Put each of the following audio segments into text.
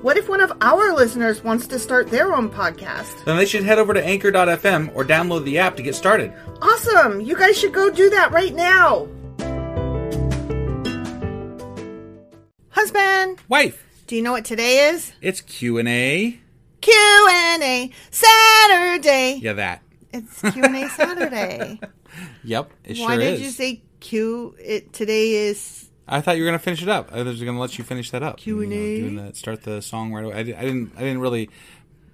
what if one of our listeners wants to start their own podcast? Then they should head over to anchor.fm or download the app to get started. Awesome! You guys should go do that right now! Husband, Wife, do you know what today is? it's Q&A. Q&A Saturday. Yeah, that. It's Q&A Saturday. Yep, it Why did you say Q? It today is I thought you were gonna finish it up. I was gonna let you finish that up. Q&A. You know, doing that, start the song right away. I, di- I didn't. I didn't really,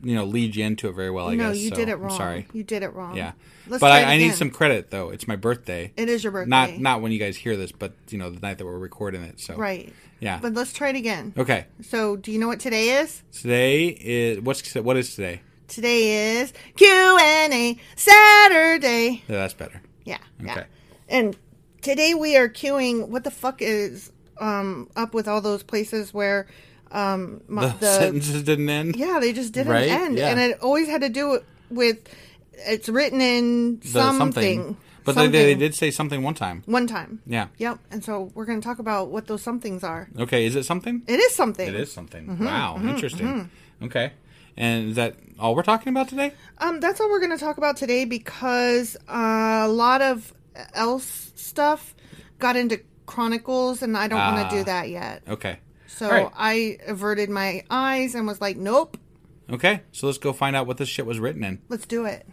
you know, lead you into it very well. I no, guess. you so did it wrong. I'm sorry. You did it wrong. Yeah, Let's but I, try it I need again. some credit though. It's my birthday. It is your birthday. Not not when you guys hear this, but you know the night that we're recording it. So right. Yeah. But let's try it again. Okay. So, do you know what today is? Today is what's what is today? Today is Q and A Saturday. Yeah, that's better. Yeah. Yeah. Okay. And today we are queuing. What the fuck is um up with all those places where um my, The, sentences didn't end. Yeah, they just didn't Right? end, Yeah. and it always had to do with it's written in The something. But They, they Something. did say something one time. one time. Yeah. Yep. And so we're going to talk about what those somethings are. Okay. Is it something? It is something. It is something. wow. interesting. Okay. And is that all we're talking about today? Um, that's all we're going to talk about today because uh, a lot of else stuff got into Chronicles, and I don't want Ah. to do that yet. Okay. So All right. I averted my eyes and was like, nope. Okay, so let's go find out what this shit was written in. Let's do it.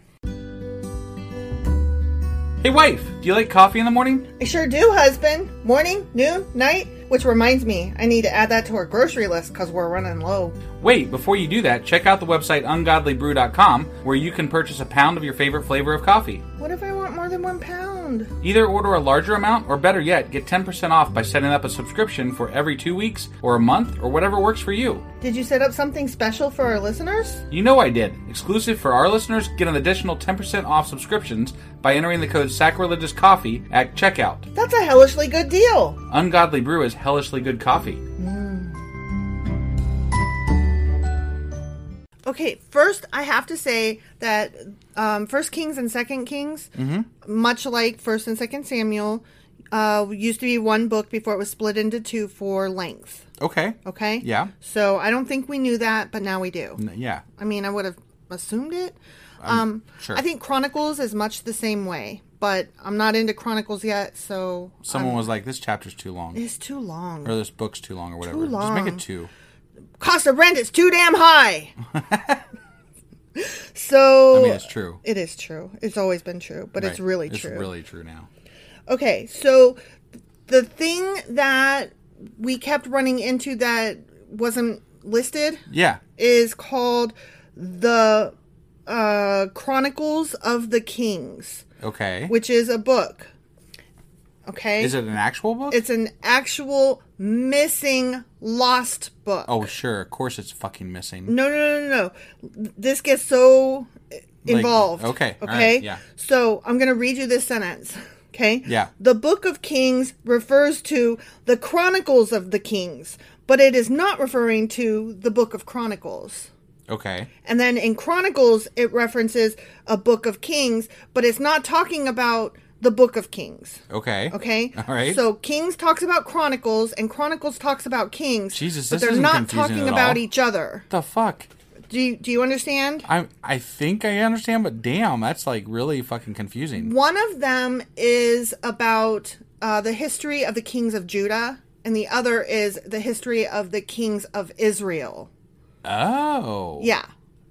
Hey, wife, do you like coffee in the morning? I sure do, husband. Morning, noon, night. Which reminds me, I need to add that to our grocery list because we're running low. Wait, before you do that, check out the website ungodlybrew.com where you can purchase a pound of your favorite flavor of coffee. What if I want more than one pound? Either order a larger amount, or better yet, get 10% off by setting up a subscription for every two weeks, or a month, or whatever works for you. Did you set up something special for our listeners? You know I did. Exclusive for our listeners, get an additional 10% off subscriptions by entering the code sacrilegiouscoffee at checkout. That's a hellishly good deal. Ungodly Brew is hellishly good coffee. Okay, first I have to say that um, First Kings and Second Kings, Mm-hmm. much like First and Second Samuel, uh, used to be one book before it was split into two for length. Okay. Okay. Yeah. So I don't think we knew that, but now we do. Yeah. I mean, I would have assumed it. Um, sure. I think Chronicles is much the same way, but I'm not into Chronicles yet, so Someone was like, this chapter's too long. it's too long. Or this book's too long, or whatever. Too Just make long. it two. Cost of rent is too damn high. so I mean, it's true. It is true. It's always been true, but it's Right. really It's true. really true now. Okay, so the thing that we kept running into that wasn't listed Yeah. is called the uh, Chronicles of the Kings, Okay. which is a book. Okay, Is it an actual book? it's an actual missing, lost book. oh, sure. Of course it's fucking missing. No, no, no, no, no. This gets so uh, involved. okay, all Okay. right, yeah. So I'm going to read you this sentence. Okay. Yeah. The Book of Kings refers to the Chronicles of the Kings, but it is not referring to the Book of Chronicles. Okay. And then in Chronicles, it references a Book of Kings, but it's not talking about the Book of Kings. Okay. Okay. All right. So Kings talks about Chronicles, and Chronicles talks about Kings. Jesus, but this they're isn't not confusing talking at about all. each other. the fuck? Do you, do you understand? I I think I understand, but damn, that's like really fucking confusing. One of them is about uh, the history of the kings of Judah, and the other is the history of the kings of Israel. Oh. Yeah,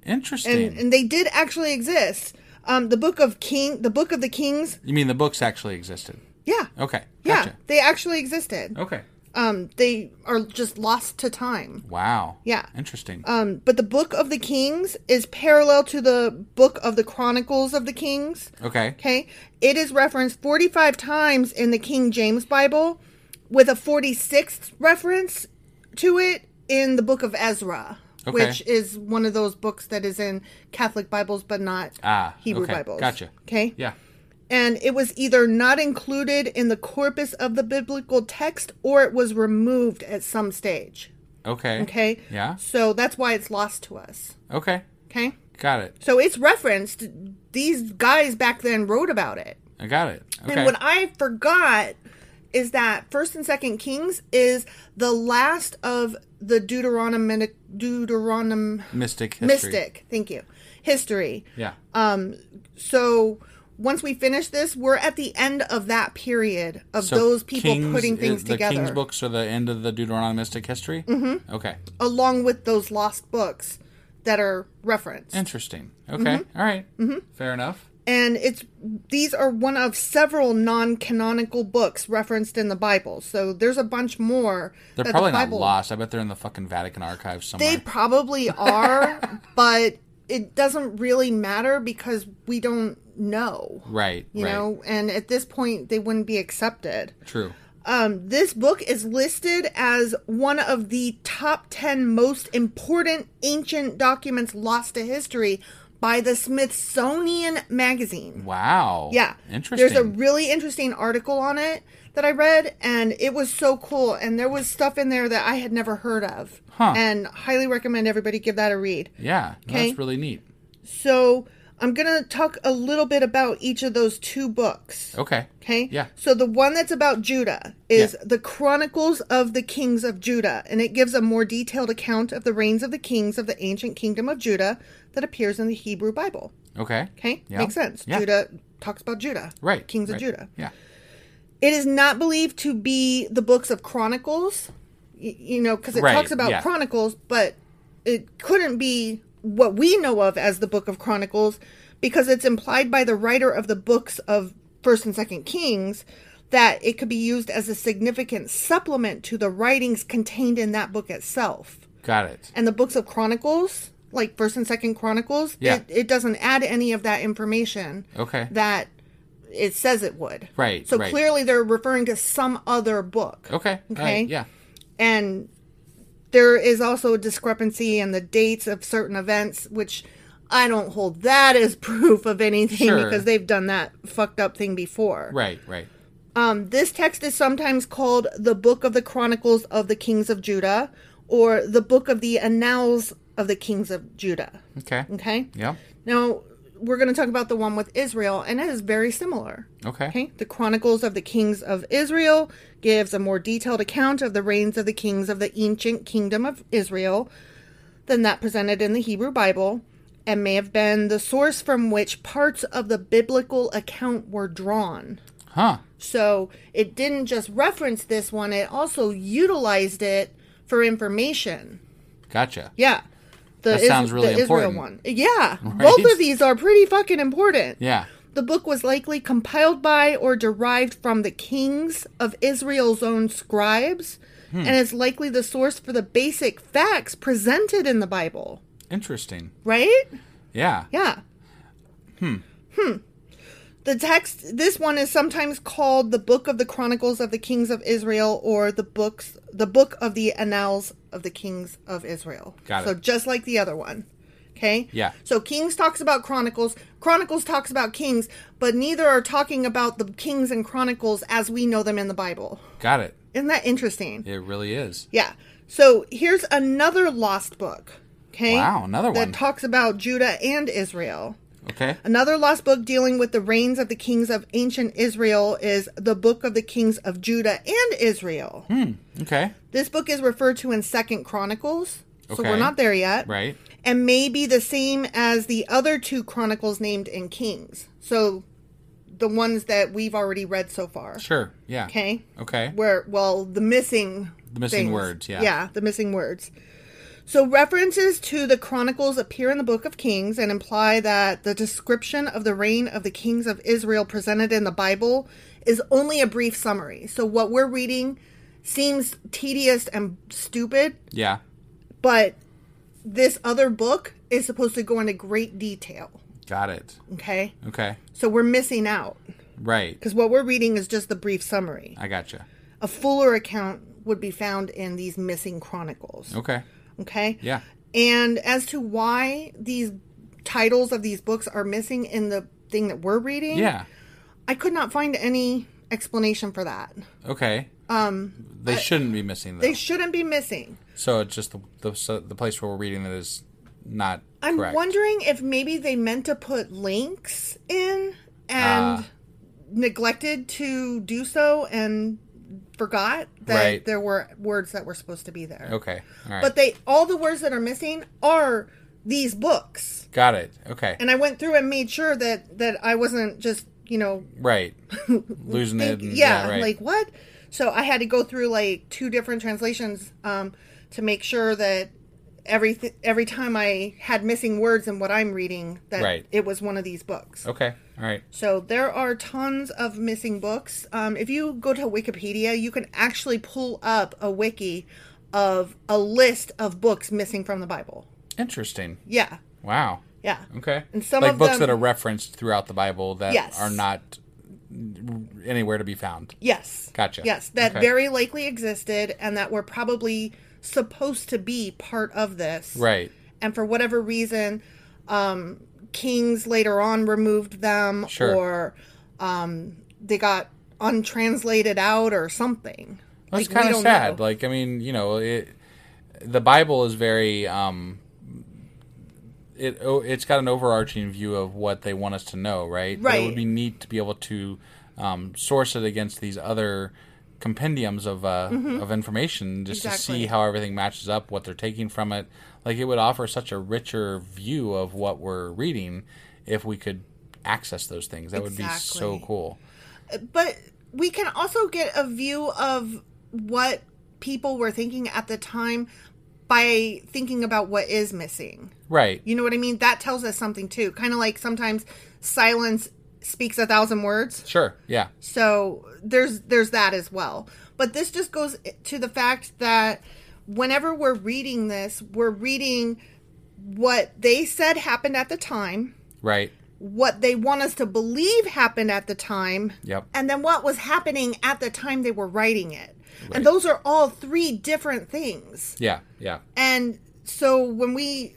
Interesting. and and they did actually exist. Um, the book of King, the book of the Kings. you mean the books actually existed? Yeah, Okay. yeah, Gotcha. Oh. they actually existed. Okay. Um, they are just lost to time. Wow. Yeah. Interesting. Um, but the book of the Kings is parallel to the book of the Chronicles of the Kings. okay. Okay. It is referenced 45 times in the King James Bible with a 46th reference to it in the book of Ezra, Okay. which is one of those books that is in Catholic Bibles but not Ah, Hebrew okay. Bibles. Gotcha. Okay. Yeah. And it was either not included in the corpus of the biblical text or it was removed at some stage. Okay. Okay. Yeah. So that's why it's lost to us. Okay. Okay. Got it. So it's referenced. These guys back then wrote about it. I got it. Okay. And what I forgot is that First and Second Kings is the last of the Deuteronomic Deuteronom Mystic history. mystic. Thank you. History. Yeah. Um. So once we finish this, we're at the end of that period of So those people Kings putting is- things the together, King's books are the end of the Deuteronomistic history? Mm-hmm. Okay. along with those lost books that are referenced. Interesting. Okay. All Mm-hmm. Fair enough. and it's these are one of several non-canonical books referenced in the Bible. So there's a bunch more. They're that the probably Bible- not lost. I bet they're in the fucking Vatican archives somewhere. They probably are, but it doesn't really matter because we don't know. right. You right. know, and at this point they wouldn't be accepted. True. Um, this book is listed as one of the top 10 most important ancient documents lost to history by the Smithsonian Magazine. Wow. Yeah. Interesting. There's a really interesting article on it that I read, and it was so cool. And there was stuff in there that I had never heard of. Huh. And highly recommend everybody give that a read. yeah. No, Okay. That's really neat. So I'm going to talk a little bit about each of those two books. Okay. Okay. Yeah. So the one that's about Judah is Yeah. The Chronicles of the Kings of Judah, and it gives a more detailed account of the reigns of the kings of the ancient kingdom of Judah that appears in the Hebrew Bible. Okay. Okay. Yeah. Makes sense. Yeah. Judah talks about Judah. Right. Kings right. of Judah. Yeah. It is not believed to be the books of Chronicles, y- you know, because it Right, talks about yeah. Chronicles, but it couldn't be what we know of as the Book of Chronicles because it's implied by the writer of the books of First and Second Kings that it could be used as a significant supplement to the writings contained in that book itself. Got it. And the books of Chronicles, like First and Second Chronicles, Yeah. it, it doesn't add any of that information Okay. that it says it would. Right, So right. Oh. clearly they're referring to some other book. Okay. Okay. Okay. Right. Yeah. And there is also a discrepancy in the dates of certain events, which I don't hold that as proof of anything Sure. because they've done that fucked up thing before. Right. Right. Um, this text is sometimes called the Book of the Chronicles of the Kings of Judah or the Book of the Annals of the Kings of Judah. Okay. Okay? Yeah. Now, we're going to talk about the one with Israel, and it is very similar. Okay. Okay. The Chronicles of the Kings of Israel gives a more detailed account of the reigns of the kings of the ancient kingdom of Israel than that presented in the Hebrew Bible and may have been the source from which parts of the biblical account were drawn. Huh. So it didn't just reference this one, it also utilized it for information. Gotcha. Yeah. The That sounds really the important. Israel one. Yeah. Both of these are pretty fucking important. Yeah. The book was likely compiled by or derived from the kings of Israel's own scribes and is likely the source for the basic facts presented in the Bible, Interesting. right? Yeah. Yeah. Hmm. Hmm. Hmm. The text this one is sometimes called the Book of the Chronicles of the Kings of Israel or the books the Book of the Annals of the Kings of Israel. Got it. So just like the other one. Okay? Yeah. So Kings talks about Chronicles, Chronicles talks about Kings, but neither are talking about the Kings and Chronicles as we know them in the Bible. Got it. Isn't that interesting? It really is. Yeah. So here's another lost book. Okay. Wow, another that one. talks about Judah and Israel. Okay. Another lost book dealing with the reigns of the kings of ancient Israel is the Book of the Kings of Judah and Israel. Hmm. Okay. This book is referred to in Second Chronicles, so Okay. we're not there yet, Right. and may be the same as the other two chronicles named in Kings. So, the ones that we've already read so far. Sure. Yeah. Okay Okay. where well the missing The missing things. words, yeah. yeah the missing words so references to the chronicles appear in the book of kings and imply that the description of the reign of the kings of israel presented in the bible is only a brief summary so what we're reading seems tedious and stupid Yeah. but this other book is supposed to go into great detail Got it. okay Okay. so we're missing out Right. because what we're reading is just the brief summary I gotcha. a fuller account would be found in these missing chronicles. Okay. Okay. Yeah. And as to why these titles of these books are missing in the thing that we're reading, Yeah. I could not find any explanation for that. Okay. Um. They shouldn't be missing though. They shouldn't be missing. so it's just the the, so the place where we're reading that is not I'm correct. wondering if maybe they meant to put links in and Ah. neglected to do so and forgot that Right. there were words that were supposed to be there. Okay. All right. But they all the words that are missing are these books. Got it. Okay. And I went through and made sure that that I wasn't just, you know, right. Losing think, it. And, yeah, Right. like what? So I had to go through like two different translations um to make sure that every every time I had missing words in what I'm reading that Right. it was one of these books. okay. All right. So there are tons of missing books. Um, if you go to Wikipedia, you can actually pull up a wiki of a list of books missing from the Bible. Interesting. Yeah, Wow. yeah. Okay. And some like of books them- that are referenced throughout the Bible that Yes. are not anywhere to be found. Yes. Gotcha. Yes, that Okay. very likely existed and that were probably supposed to be part of this. Right. And for whatever reason, um, kings later on removed them Sure. or um, they got untranslated out or something. That's we kind of don't sad. know. Like I mean, you know, it, the Bible is very um, it oh, it's got an overarching view of what they want us to know, right? But It would Right. be neat to be able to um, source it against these other compendiums of uh, of information just to see Mm-hmm. Exactly. how everything matches up, what they're taking from it. Like it would offer such a richer view of what we're reading if we could access those things. That would be so Exactly. cool. but we can also get a view of what people were thinking at the time by thinking about what is missing. Right. You know what I mean? That tells us something too. Kind of like sometimes silence speaks a thousand words. Sure. Yeah. So there's there's that as well. But this just goes to the fact that whenever we're reading this, we're reading what they said happened at the time, Right. what they want us to believe happened at the time, Yep. and then what was happening at the time they were writing it. And those are all three different things. Yeah. Yeah. And so when we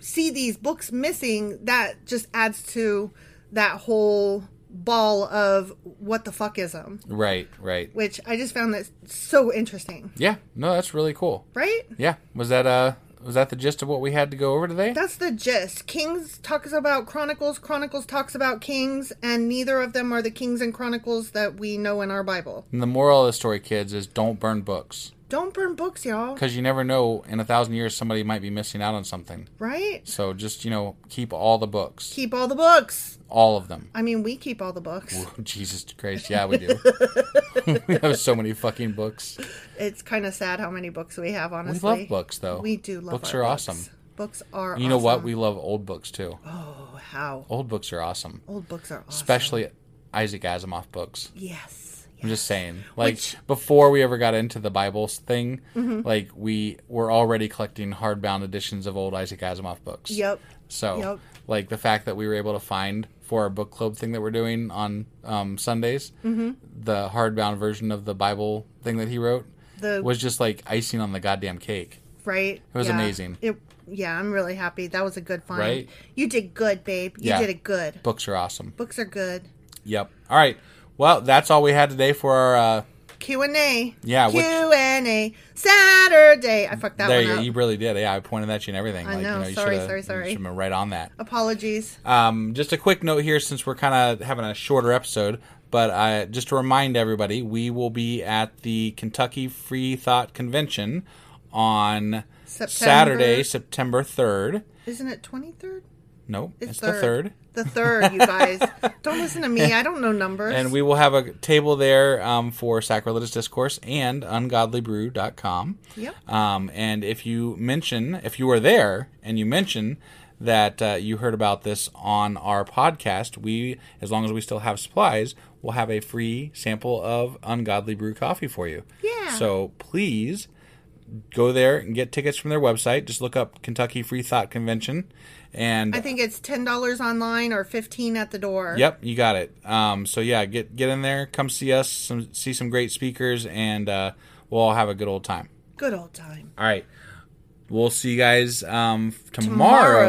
see these books missing, that just adds to that whole ball of what the fuck is them, Right. Right. which I just found that so interesting, Yeah. No, that's really cool. right? Yeah. Was that uh was that the gist of what we had to go over today? That's the gist. Kings talks about Chronicles, Chronicles talks about Kings, and neither of them are the Kings and Chronicles that we know in our Bible. and the moral of the story, kids, is don't burn books Don't burn books, y'all, because you never know in a thousand years somebody might be missing out on something. right? So just you know keep all the books, Keep all the books. all of them. I mean, we keep all the books. Jesus Christ, yeah, we do. we have so many fucking books. It's kind of sad how many books we have, We honestly. love books, though. We do love books. our Are books. awesome. Books are. You know what? awesome. We love old books too. Oh, how Old books are awesome, old books are awesome. especially Isaac Asimov books. yes. I'm just saying, like Which- Mm-hmm. before we ever got into the Bibles thing, like we were already collecting hardbound editions of old Isaac Asimov books. Yep. So, Yep. like the fact that we were able to find for our book club thing that we're doing on um, Sundays, Mm-hmm. the hardbound version of the Bible thing that he wrote The- was just like icing on the goddamn cake. Right. It was amazing. It. Yeah, I'm really happy. That was a good find. Right? You did good, babe. You Yeah. did it good. Books are awesome. Books are good. Yep. All right. Well, that's all we had today for our. Uh, Q and A. Yeah, Q which- and A Saturday. I fucked that there one you go. up. You really did. Yeah, I pointed at you and everything. I like, know. You know, you Sorry, shoulda- sorry, you sorry. shoulda been right on that. Apologies. Um, just a quick note here, since we're kind of having a shorter episode, but uh, just to remind everybody, we will be at the Kentucky Free Thought Convention on September- Saturday, September third. Isn't it 23rd? No, it's, the third. The third, you guys. Don't listen to me. I don't know numbers. And we will have a table there um, for sacrilegious discourse and ungodlybrew.com. Yep. Um, and if you mention, if you are there and you mention that uh, you heard about this on our podcast, we, as long as we still have supplies, will have a free sample of Ungodly Brew coffee for you. Yeah. So please go there and get tickets from their website. Just look up Kentucky Free Thought Convention. And I think it's ten dollars online or fifteen at the door. Yep, you got it. Um, so yeah, get get in there, come see us, some, see some great speakers, and uh, we'll all have a good old time. Good old time. All right, we'll see you guys um, tomorrow,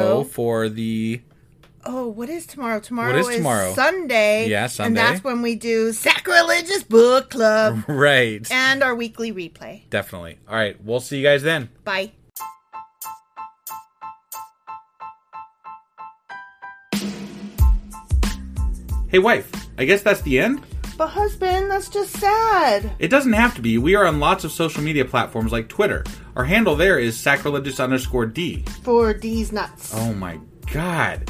Tomorrow. for the Oh, what is tomorrow? Tomorrow is tomorrow? Sunday. Yeah, And Sunday. that's when we do sacrilegious book club right. and our weekly replay. Definitely. All right, we'll see you guys then. Bye. Hey, wife. I guess that's the end. But husband, that's just sad. It doesn't have to be. We are on lots of social media platforms like Twitter. Our handle there is sacrilegious underscore d. For these nuts. Oh my god.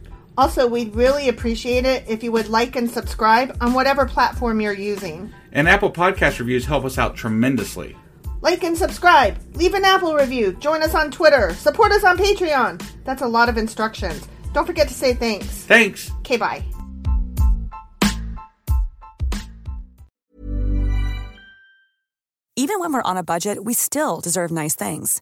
Also, we'd really appreciate it if you would like and subscribe on whatever platform you're using. And Apple Podcast reviews help us out tremendously. Like and subscribe, leave an Apple review, join us on Twitter, support us on Patreon. That's a lot of instructions. Don't forget to say thanks. Thanks! Okay, bye. Even when we're on a budget, we still deserve nice things.